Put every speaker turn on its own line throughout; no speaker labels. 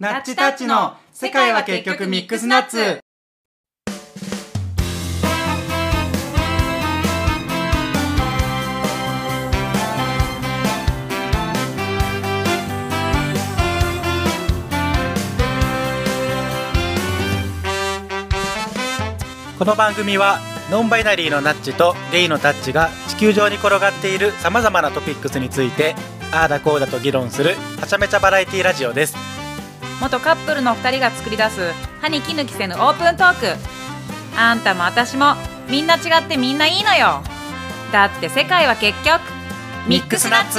ナッチタッチの世界は結局ミックスナッツ
この番組はノンバイナリーのナッチとゲイのタッチが地球上に転がっているさまざまなトピックスについてああだこうだと議論するはちゃめちゃバラエティラジオです
元カップルの2人が作り出す歯に衣着せぬオープントークあんたも私もみんな違ってみんないいのよだって世界は結局ミックスナッツ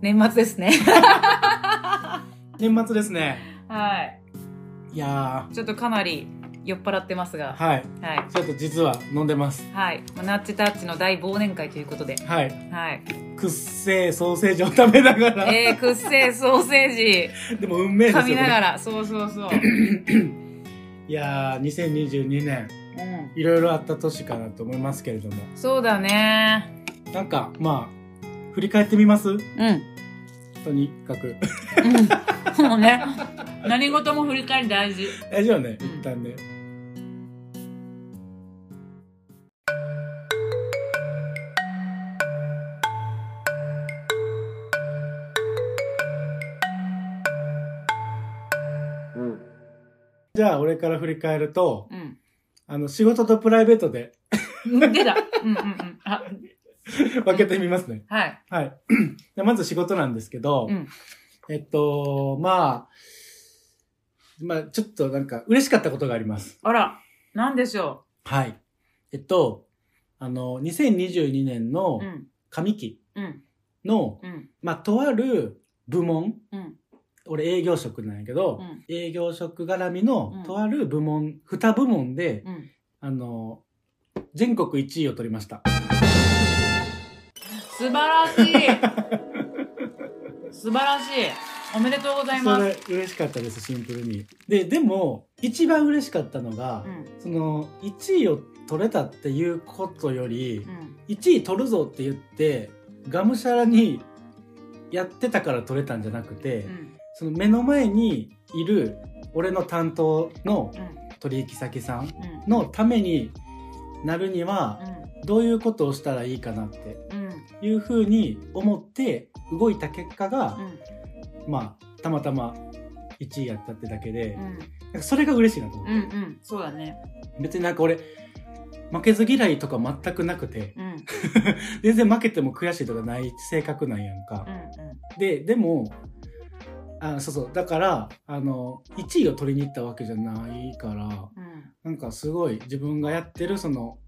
年末ですね
年末ですね
はい
いや
ちょっとかなり酔っ払ってますが
はい
はい
ちょっと実は飲んでます
はい、まあナッチタッチの大忘年会ということで、
はい
はい、
くっせーソーセージを食べながら、
えー、くっせーソーセ ー
でも運命
ジ
で
噛
す
み
よこ
な
れ
がら、そうそうそう、
いやー2022年
うん、
いろいろあった年かなと思いますけれども
そうだね、
なんかまあ振り返ってみます
うん、
とにかく
もうね、何事も振り返り大事。
大丈夫ね
うん
一旦ね、じゃあ俺から振り返ると
うん、
あの仕事とプライベートで
出た、うんうんうん、あ、
分けてみますね
はい、
はい。でまず仕事なんですけど、
うん
えっと、まあ、まあ、ちょっとなんか嬉しかったことがあります。
あら、なんでしょ
はい。えっと、あの、2022年の
う、うん、
上期
うん、
の、
うん、
まあ、とある部門、
うん、
俺営業職なんやけど、
うん
営業職絡み
うん
のとある部門、二部門で、
うん、
あの、全国1位を取りました。
素晴らしい、素晴らしい、おめでとうございま
そ
す。
れ嬉しかったです、シンプルに。で、でも、一番嬉しかったのが、
うん、
その1位を取れたっていうことより
うん、
1位取るぞって言ってがむしゃらにやってたから取れたんじゃなくて、
うん、
その目の前にいる俺の担当の
うん、
取引先さん
うん、
のためになるには
う
どういうことをしたらいいかなって
ん、うん、
いうふうに思って動いた結果が
う、ん、
まあたまたま1位やったってだけで
う、ん。
なんかそれが嬉しいなと思って
う、んうんそうだね
別になんか俺負けず嫌いとか全くなくて、
うんうん
全然負けても悔しいとかない性格なんやんか。で、でも、あそうそう、だから、あの、1位を取りに行ったわけじゃないから、
うん
なんかすごい自分がやってるその、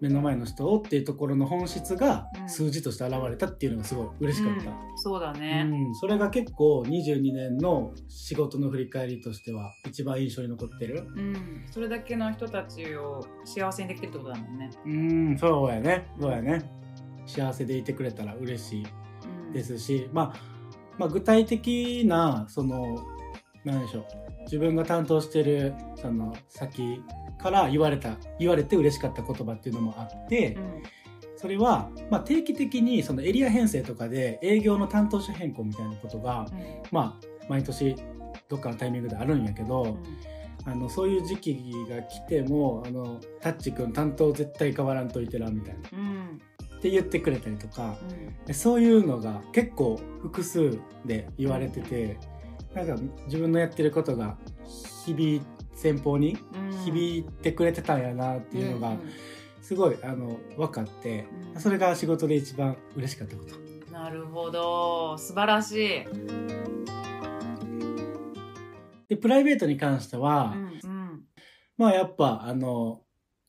目の前の人をっていうところの本質が
うん
数字として現れたっていうのがすごい嬉しかった。
うんそう
う
だね
ん、それが結構22年の仕事の振り返りとしては一番印象に残ってる。
うんそれだけの人たちを幸せにできてるってことだもんね
うん、そうやね。そうやね。幸せでいてくれたら嬉しい
うん
ですし、まあ、まあ具体的なその何でしょう自分が担当してるその先から言われた言われて嬉しかった言葉っていうのもあって
うん
それは、まあ、定期的にそのエリア編成とかで営業の担当者変更みたいなことが、
うん
まあ、毎年どっかのタイミングであるんやけど、あのそういう時期が来てもあのタッチ君担当絶対変わらんといてらみたいな
うん
って言ってくれたりとか、でそういうのが結構複数で言われてて、なんか自分のやってることが日々先方に
うん
響いてくれてたんやなっていうの
う
が
ん
すごいあの分かって
うん
それが仕事で一番嬉しかったこと。
うんなるほど素晴らしい
でプライベートに関しては、
うんうん
まあやっぱあの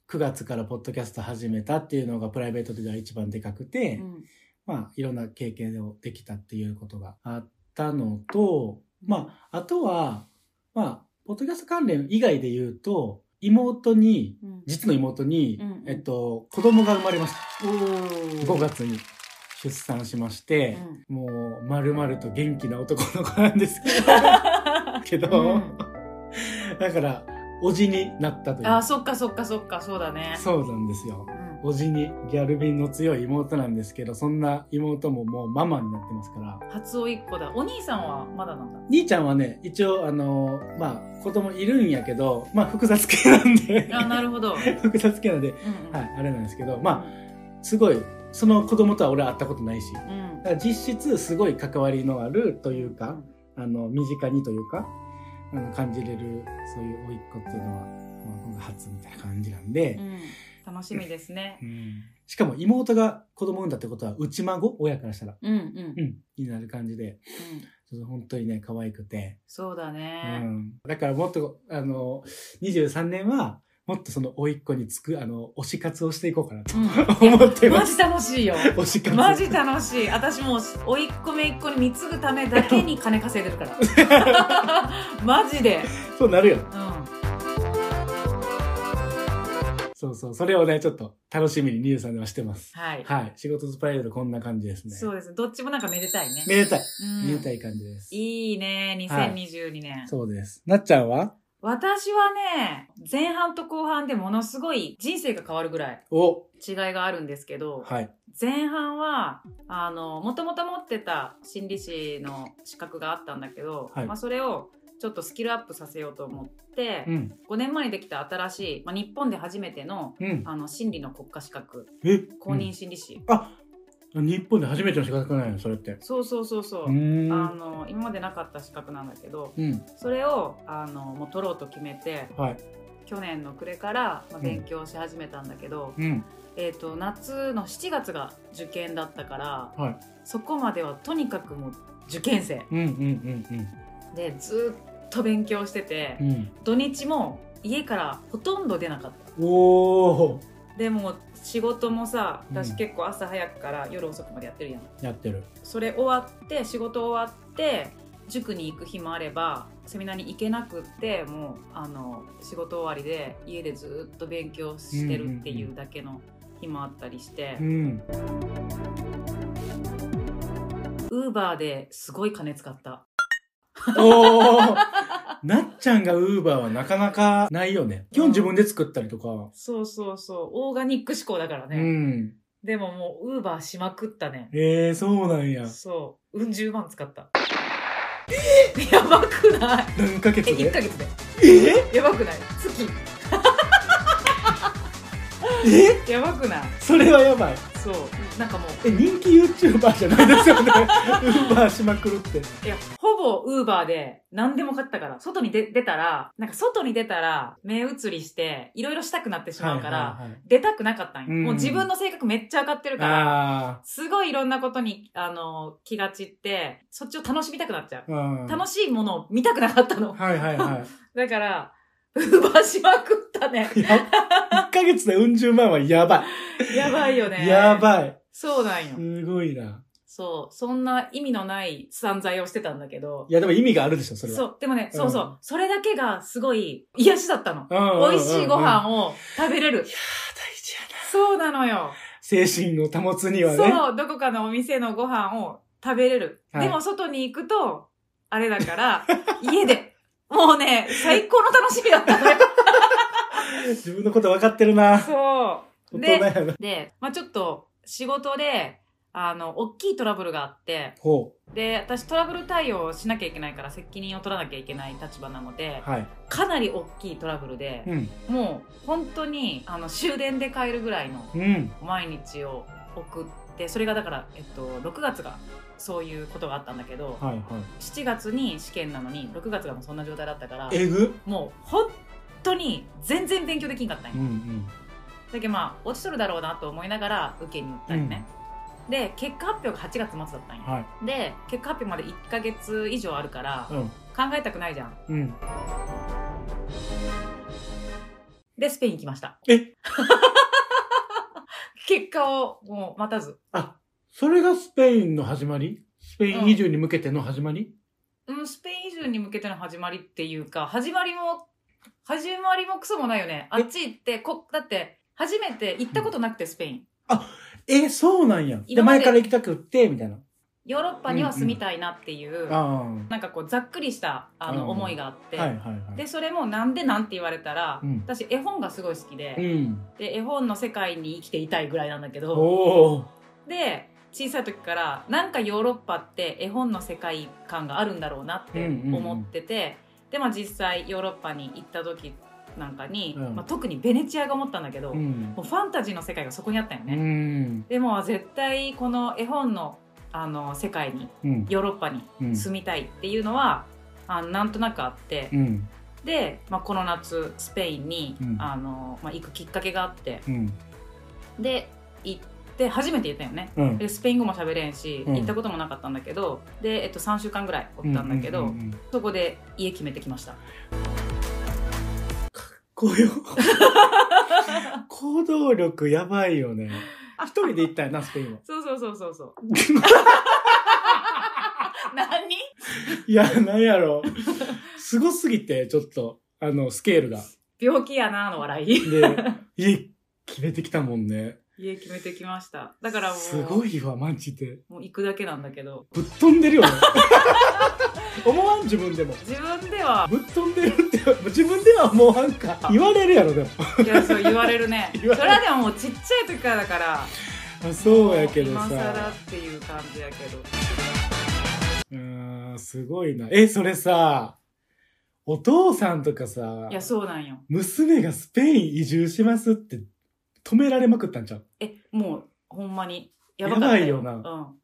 9月からポッドキャスト始めたっていうのがプライベートでは一番でかくて、
うん
まあ、いろんな経験をできたっていうことがあったのと、まあ、あとは、まあ、ポッドキャスト関連以外で言うと、妹に、
うん
実の妹に、
うんうん
えっと、子供が生まれました。
おー
5月に出産しまして、
う
もう、まるまると 元気な男の子なんですけど、けど
うん
だから、おじになったという
あーそっかそっかそっかそうだね
そうなんですよ
うん
おじにギャル便の強い妹なんですけどそんな妹ももうママになってますから
初お一個だお兄さんはまだなんだ
兄ちゃんはね一応あのまあ子供いるんやけどまあ複雑系なんで
あなるほど、うんう
複雑系なんで、
ん
はい、あれなんですけどまあすごいその子供とは俺は会ったことないしだ
うん
から実質すごい関わりのあるというかあの身近にというかあの感じれるそういう甥っ子っていうのは、まあ、今回初みたいな感じなんで
う、ん、楽しみですね
うんしかも妹が子供産んだってことは内孫親からしたら、
うんうん、うん
うん、になる感じでちょっと本当にね可愛くて、
そうだ
う
ね、
ん、だからもっとあの23年はもっとその甥っ子につくあの推し活をしていこうかなと
う ん
思ってま
マ
す
ジ楽しいよ
推し活
マジ楽しい私もう甥っ子姪っ子に貢ぐためだけに金稼いでるから マジで、
そうなるよ
う
そうそうそれをねちょっと楽しみに23年はしてます
ん、はい、
はい仕事スパイラルこんな感じですね
そうですどっちもなんかめでたいね
めでたい
うん
めでたい感じです、
いいね2022年、
そうですなっちゃんは
私はね前半と後半でものすごい人生が変わるぐらい
お
違いがあるんですけど、
はい
前半はあのもともと持ってた心理師の資格があったんだけど、
はい
まあ、それをちょっとスキルアップさせようと思って、
うん
5年前にできた新しい、まあ、日本で初めての
うん
あの心理の国家資格
え
公認心理師、
あ日本で初めての資格ないのそれって
そうそうそうそう、
うーん
あの今までなかった資格なんだけど
うん
それをあのもう取ろうと決めて
はい
去年の暮れから、まあ、
ん
勉強し始めたんだけど、
うん
えー、と夏の7月が受験だったから
はい
そこまではとにかくもう受験生
うんうん
でずっと勉強してて、
うんうん
土日も家からほとんど出なかった
うんおお
でも仕事もさ
う
私
ん
結構朝早くから夜遅くまでやってるやん、
やってる
それ終わって仕事終わって塾に行く日もあればセミナーに行けなくってもうあの仕事終わりで家でずっと勉強してるっていうだけの日もあったりして
うん
ウーバーですごい金使った
お おなっちゃんがウーバーはなかなかないよね基本自分で作ったりとか
そうそうそうオーガニック思考だから
う
ね、
ん
でももうウーバーしまくったね
えー、そうなんや
そううん十万使ったやばくない
何ヶ
え
月
一
で
ヶ月で
え
やばくない月
え
やばくない
それはやばい
そうなんかもう
え人気 YouTuber じゃないです よねウーバーしまくるって
いや、ほぼウーバーで何でも買ったから、外に出出たら、なんか外に出たら目移りして、いろいろしたくなってしまうから、
はいはいはい
出たくなかったんよ。
うん
もう自分の性格めっちゃ上がってるから、
あ
すごいいろんなことに、あの、気が散って、そっちを楽しみたくなっちゃう。
あうん
楽しいものを見たくなかったの。
はいはいはい
だから、ウーバーしまくっ たね。
や1ヶ月でうん十万はやば
やばいよ
い。
ね。
や
い。
ばい。
そうなんよ。
すごいな。
そう。そんな意味のない散財をしてたんだけど
い。や、でも意味があるでしょ、それは。
そう。でもね、そうそうう。それだけがすごい癒しだったの。
うん
美味しいご
を。
飯を食べれる
い。やー、
そうなのよ。
大事やな。精神を保つにはね。
そう、どこかのお店のご飯を食べれる。
はい
でも外に行くと、あれだから、 家で。もうね、最高の楽しみだっ たのよ。
自分のこと分かってるな。
そう。
大人
で、
やな。
で、まあちょっと仕事で、あの、大きいトラブルがあって、
ほ
で、私トラブル対応をしなきゃいけないから責任を取らなきゃいけない立場なの
う。
で、
はい。
かなり大きいトラブルで、
うん。
もう本当にあの終電で帰るぐらいの
うん。
毎日を送ってそれがだから、えっと、6月がそういうことがあったんだけど
はいは
7月に試験なのに6月がもうそんな状態だったから
い。えぐ
もう本当に全然勉強できんかったん
う
よ、
んうん。
だけどまあ落ちとるだろうなと思いながら受けに行ったりね、で結果発表が8月末だったんよ、
はい。
で結果発表まで1ヶ月以上あるから
うん。
考えたくないじゃん
うん。
でスペイン行きました
え
結果をもう待たず
あ、それがスペインの始まりスペイン移住に向けての始まり、
うん、スペイン移住に向けての始まりっていうか、始まりも、始まりもクソもないよね。あっち行って、こ、だって、初めて行ったことなくて、スペイン。
え、そうなんや。で、
今まで
前から行きたくって、みたいな。
ヨーロッパには住みたいなっていう、
あ
なんかこうざっくりしたあ
う
の
ん
思いがあって、
あはいはいはい
でそれもなんでなんて言われたら、
うん
私絵本がすごい好きで,、
うん
で絵本の世界に生きていたいぐらいなんだけ
お
ど
お
で小さい時からなんかヨーロッパって絵本の世界観があるんだろうなって思ってて、でまあ実際ヨーロッパに行った時なんかに、
うん
まあ、特にベネチアが思ったんだけど、
うん
もうファンタジーの世界がそこにあったよ
う
ね。
ん
でも絶対この絵本のあの世界に
うん
ヨーロッパに
うん
住みたいっていうのは、あなんとなくあって、
うん
で、まあ、この夏スペインに、
うん
あのまあ、行くきっかけがあって
うん
で行って初めて行ったよね
うん
でスペイン語も喋れんし、
うん
行ったこともなかったんだけどで、えっと、3週間ぐらいおったんだけど、
うううん
そこで家決めてきました
こうよ行動力やばいよね一人で行ったよなスペインは
そうそうそうそうそう 何
いやなんやろすごすぎてちょっとあのスケールが
病気やなの笑い
で家決めてきたもんね
家決めてきましただからもう
すごいわマジで
もう行くだけなんだけど
ぶっ飛んでる よね思わん自分でも
自分では
ぶっ飛んでるって自分では思わんか言われるやろでも
いやそう言われるねそ
言わ
れ
れる
はでももうちっちゃい時からだから
あそうやけど
もう今更
さ
っていう感じやけど
うーんすごいなえそれさお父さんとかさ
いやそうなんよ
娘がスペイン移住しますって止められまくったんちゃう
えもうほんまにやばかった
やばいよな
うん、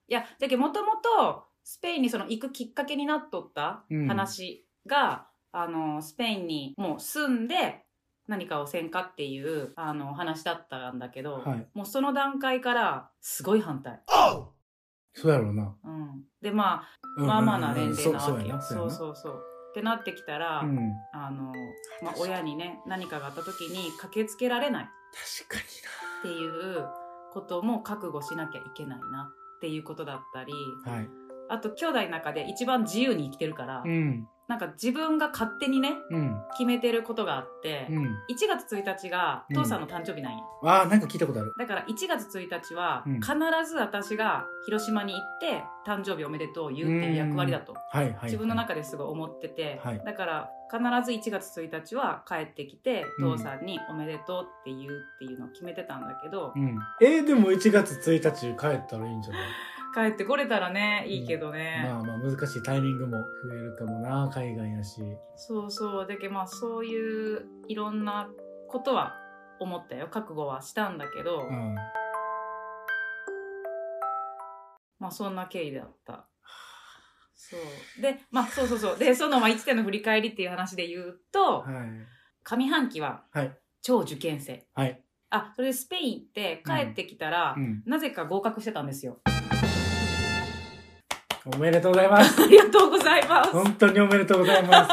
いやだけどもともとスペインにその行くきっかけになっとった
うん
話が、あのスペインにもう住んで何かをせんかっていうあの話だったんだけど、
はい
もうその段階からすごい反対、
そうやろうな、
うん、でまあ
うん
まあまあな年齢な
そう
わけ
そう
よ、
や
そ
な
う
そう
そうそうってなってきたら、
やなうん
あの、まあ、親にね何かがあった時に駆けつけられない
確かに
っていうことも覚悟しなきゃいけないなっていうことだったり
なはい
あと兄弟の中で一番自由に生きてるから、
うん
なんか自分が勝手にね
うん
決めてることがあって、
うん
1月1日が
うん
父さんの誕生日なんや、
あーなんか聞いたことある
だから1月1日は
うん
必ず私が広島に行って誕生日おめでとうを言うっていう役割だと
はいはいはい、
自分の中ですごい思ってて、
はい
だから必ず1月1日は帰ってきて父さんに「おめでとう」って言うっていうのを決めてたんだけど、
うん、えーでも1月1日帰ったらいいんじゃない
帰ってこれたらねいいけどね、
まあまあ難しいタイミングも増えるかもな海外やし
そうそうだけどまあそういういろんなことは思ったよ覚悟はしたんだけど、
うん
まあそんな経緯だった。そうでまあそうそうそうでそのまあ1点の振り返りっていう話で言うと、
はい
上半期は
はい
超受験生
はい、
あそれでスペイン行って帰ってきたら、
うん、
なぜか合格してたんですよ。
おめでとうございます
ありがとうございます。
本当におめでとうございま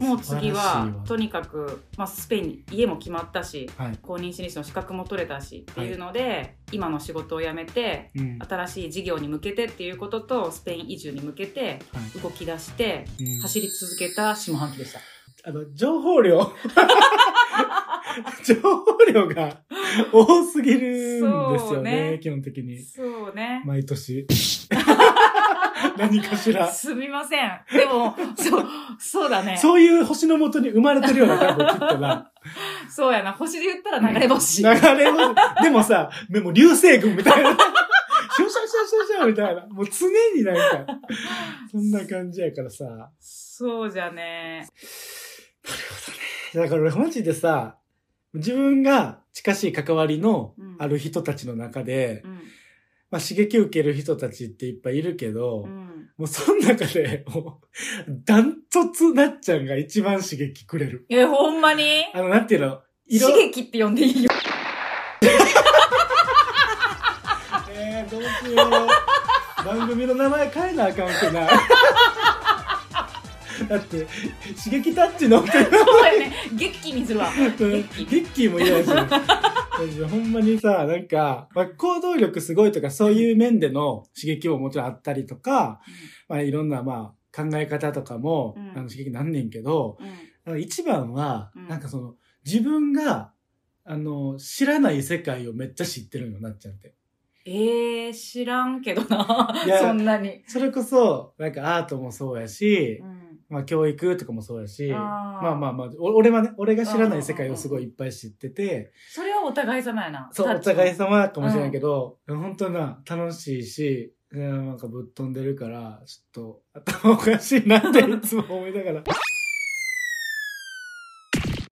もう次
素晴らしい
は
わ
とにかく、まあ、スペインに家も決まったし
すはい、
公認心理師の資格も取れたしっていうので、今の仕事を辞めて
うんは
新しい事業に向けてっていうこととスペイン移住に向けて動き出して
いうん
走り続けた下半期でした。
あの、情報量。 情報量が多すぎるんです
そ
よ
う
ね、
ね
基本的に。
そうね、
毎年。 何かしら。
すみませんで もそうそうだねそう
そういう星のもとに生まれてるような多分きっと な。
やな星で言ったら流れ星
流れを、でもさ、でも流星群みたいな。シュシャシャシャシャみたいな。もう常になんか、そんな感じやからさ。
そうじゃね
だから俺マジでさ、自分が近しい関わりの
うん
ある人たちの中で、
うん
まあ、刺激受ける人たちっていっぱいいるけど、
うん
もうその中で、もう、ダントツなっちゃんが一番刺激くれる。
えほんまに
あの、なんていうの
刺
色
激って呼んでいいよ
えー、どうしよう。番組の名前変えなあかんくな。 だって、刺激タッチのって、
そうやね激にするわ
うん
激
リッキーも嫌やし。ほんまにさ、なんか、まあ、行動力すごいとか、そういう面での刺激ももちろんあったりとか、まあ、いろんな、まあ、考え方とかも、
うん
あの刺激なんねんけど、
うん
なんか一番は、
うん
なんかその、自分が、あの、知らない世界をめっちゃ知ってるのよ、なっちゃんって。
えー、知らんけどな
いや
そんなに、
それこそ、なんかアートもそうやし
う、ん、
まあ教育とかもそうやし、
あー
まあまあまあ、お俺はね、俺が知らない世界をすごいいっぱい知ってて、
それはお互い様やな
そう、お互い
様
様かもしれないけど、本当な、楽しいし、うんなんかぶっ飛んでるから、ちょっと頭おかしいな っていつも思いながら。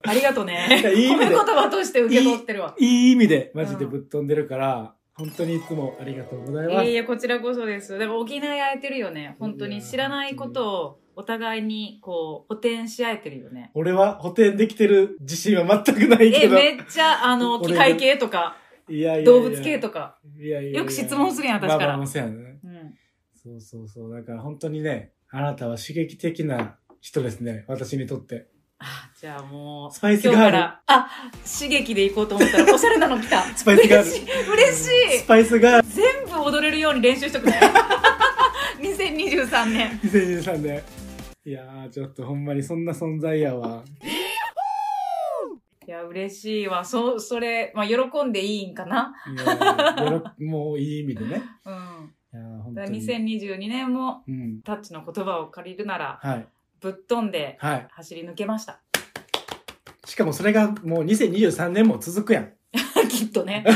ありがとね
いやいい意味で
褒め言葉として受け取ってるわ
いい意味で、マジでぶっ飛んでるから、本当にいつもありがとうございます。
いやこちらこそですでも補い合えてるよね本当
い
に
や
知らないことをお互いにこう補填し合えてるよね
俺は補填できてる自信は全くないけ
え
ど。
めっちゃあの
俺
機
が
械系とか
いやいやいや
動物系とか
いやいやいや
よく質問するやん私から
まあまあまあそうやね。
うん
そうそうそう。だから本当にね、あなたは刺激的な人ですね。私にとって。
あじゃあもう
スパイス
今
ガ
日
ー
か
ル
らあ刺激で行こうと思ったらおしゃれなの来た
スパイスガール
嬉しい嬉しい
スパイスが
全部踊れるように練習しとくね2023年
2023年。いやー、ちょっとほんまにそんな存在やわ。
いや嬉しいわそそれ、まあ、喜んでいいんかない
やーよろもういい意味でね。
うん
いやー本当
だから
に。
2022年も
うん。
タッチの言葉を借りるなら
はい。
ぶっ飛んで
はい。
走り抜けました
しかもそれがもう2023年も続くやん。
きっ とねきっ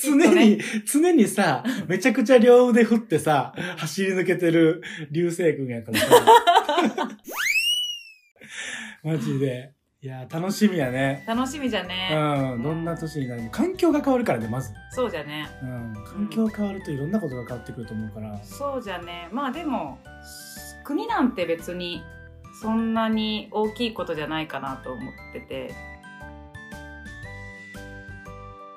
常
と
に、
ね
常にさ、めちゃくちゃ両腕振ってさ、走り抜けてる流星君や からさ。マジで。いやー、楽しみやね。
楽しみじゃね、
うん、どんな年になる環境が変わるからね、まず。
そうじゃね
うん、環境変わるといろんなことが変わってくると思うから。
そうじゃねまあでも国なんて別にそんなに大きいことじゃないかなと思ってて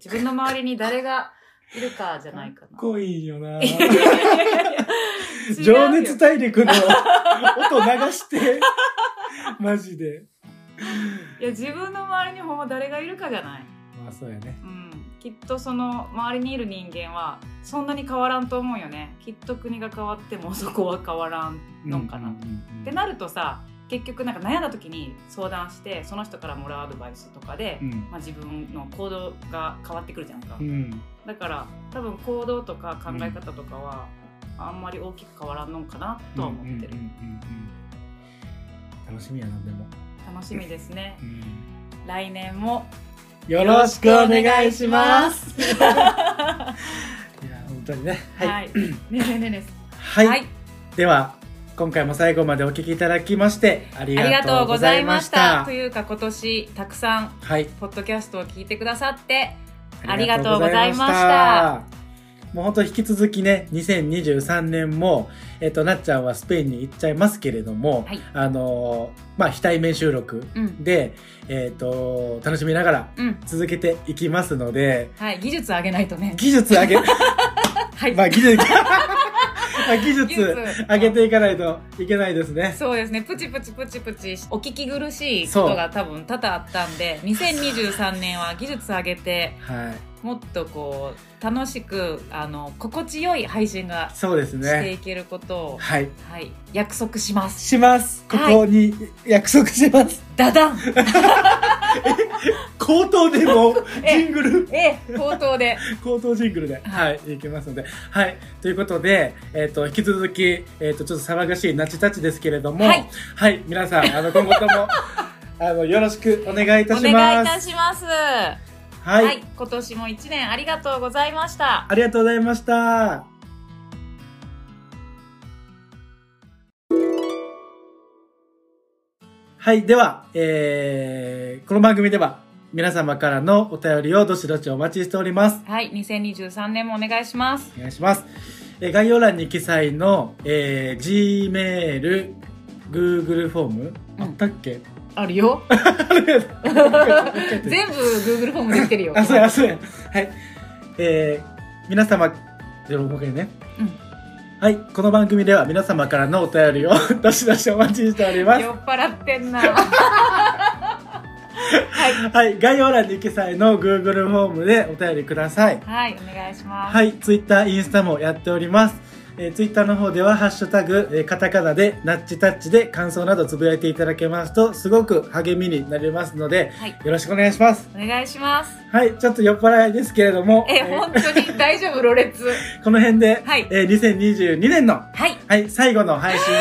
自分の周りに誰がいるかじゃないか
かっ
な。
こいいよな
違うよ
情熱大陸の 音流して。 マジで。
いや自分の周りにほんま誰がいるかじゃない、
まあ、そうやね。
うん、きっとその周りにいる人間はそんなに変わらんと思うよねきっと国が変わってもそこは変わらんのかな
うんうんうんうん
ってなるとさ結局なんか悩んだ時に相談してその人からもらうアドバイスとかで、
うん。
まあ、自分の行動が変わってくるじゃんか、
うん。
だから多分行動とか考え方とかは、あんまり大きく変わらんのかなとは思ってる、
うんうんうんうん楽しみやなでも、
楽しみですね来年も
よろしくお願いしますいや本当にねはい、
はい、ねえねえねえね
は
え
いでは今回も最後までお聞きいただきましてあり
あり
が
が
と
と
う
う
ご
ご
ざ
ざ
い
い
ま
ま
し
した
た
というか今年たくさん
はい
ポッドキャストを聞いてくださって
あ
あ
り
り
が
が
と
と
う
う
ござ
ござ
い
い
ま
ま
し
した
たもう本当引き続きね2023年も、えっとなっちゃんはスペインに行っちゃいますけれども、
はい
あのーまあ非対面収録
うん
で、えっと楽しみながら
うん
続けていきますので
はい技術上げないとね
技術上げ
はい、
まあ技術 まあ技
技
術
術
上げていかないといけないですね
そうですねプチプチプチプチお聞き苦しい
そう
ことが多分多々あった んで2023年は技術上げて
はい
もっとこう楽しくあの心地よい配信が
そうです
して
ね
いけることを、
はい
はい、約束します
しますこ
はい
こに約束し ます、
ダダン
口頭でもジングル
え口頭で
口頭ジングルではいいきますのではいということで、えっと引き続き、えっとちょっと騒がしいナチタチですけれども
はい、
はい皆さん あの今後ともあのよろしくお願いいた
お
し
願い
ま
い
す
たします
はい、
はい、今年も一年ありがとうございました
ありがとうございましたはい、では、えーこの番組では皆様からのお便りをどしどしお待ちしております。
はい、2023年もお願いします。
お願いします。えー概要欄に記載の、えー Gmail、Google フォーム、
うん
あったっけ
あるよ。
全
全部 Google フォームできてるよ。
あ、そうや、そうや。はい。えー皆様、でも、僕にね。
うん
はい。この番組では皆様からのお便りを、 どしどしお待ちしております
酔。っ払っ てんな。はい、
はい。概要欄に記載の Google フォームでお便りください。
はい、お願いします。
はい。Twitter、インスタもやっております。えー、ツイッターの方では、ハッシュタグ、えーカタカナで、ナッチタッチで感想などつぶやいていただけますと、すごく励みになりますので、
はい
よろしくお願いします。
お願いします
はい、ちょっと酔っ払いですけれども、
え
えー
本当に大丈夫ロレッツ
この辺で、
はい
えー2022年の、
はい
はい、最後の配信を、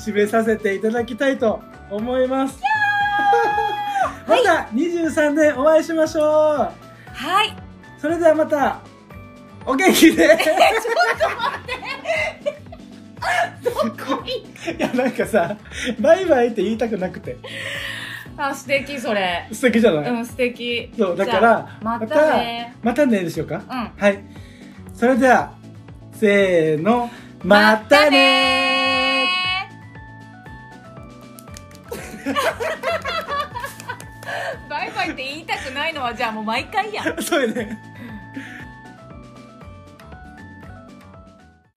締めさせていただきたいと思います。ま た23年お会いしましょう
はい
それではまた、お元気 で いや、なんかさ、バイバイって言いたくなくて、
あ素敵それ
素敵じゃない、
うん素敵
そう、だか
じゃ
ら
あ、またね
またねでしょうか。
うん
はい。それでは、せーの、またね
バイバイって言いたくないのはじゃあもう毎回やん
ー そうやね。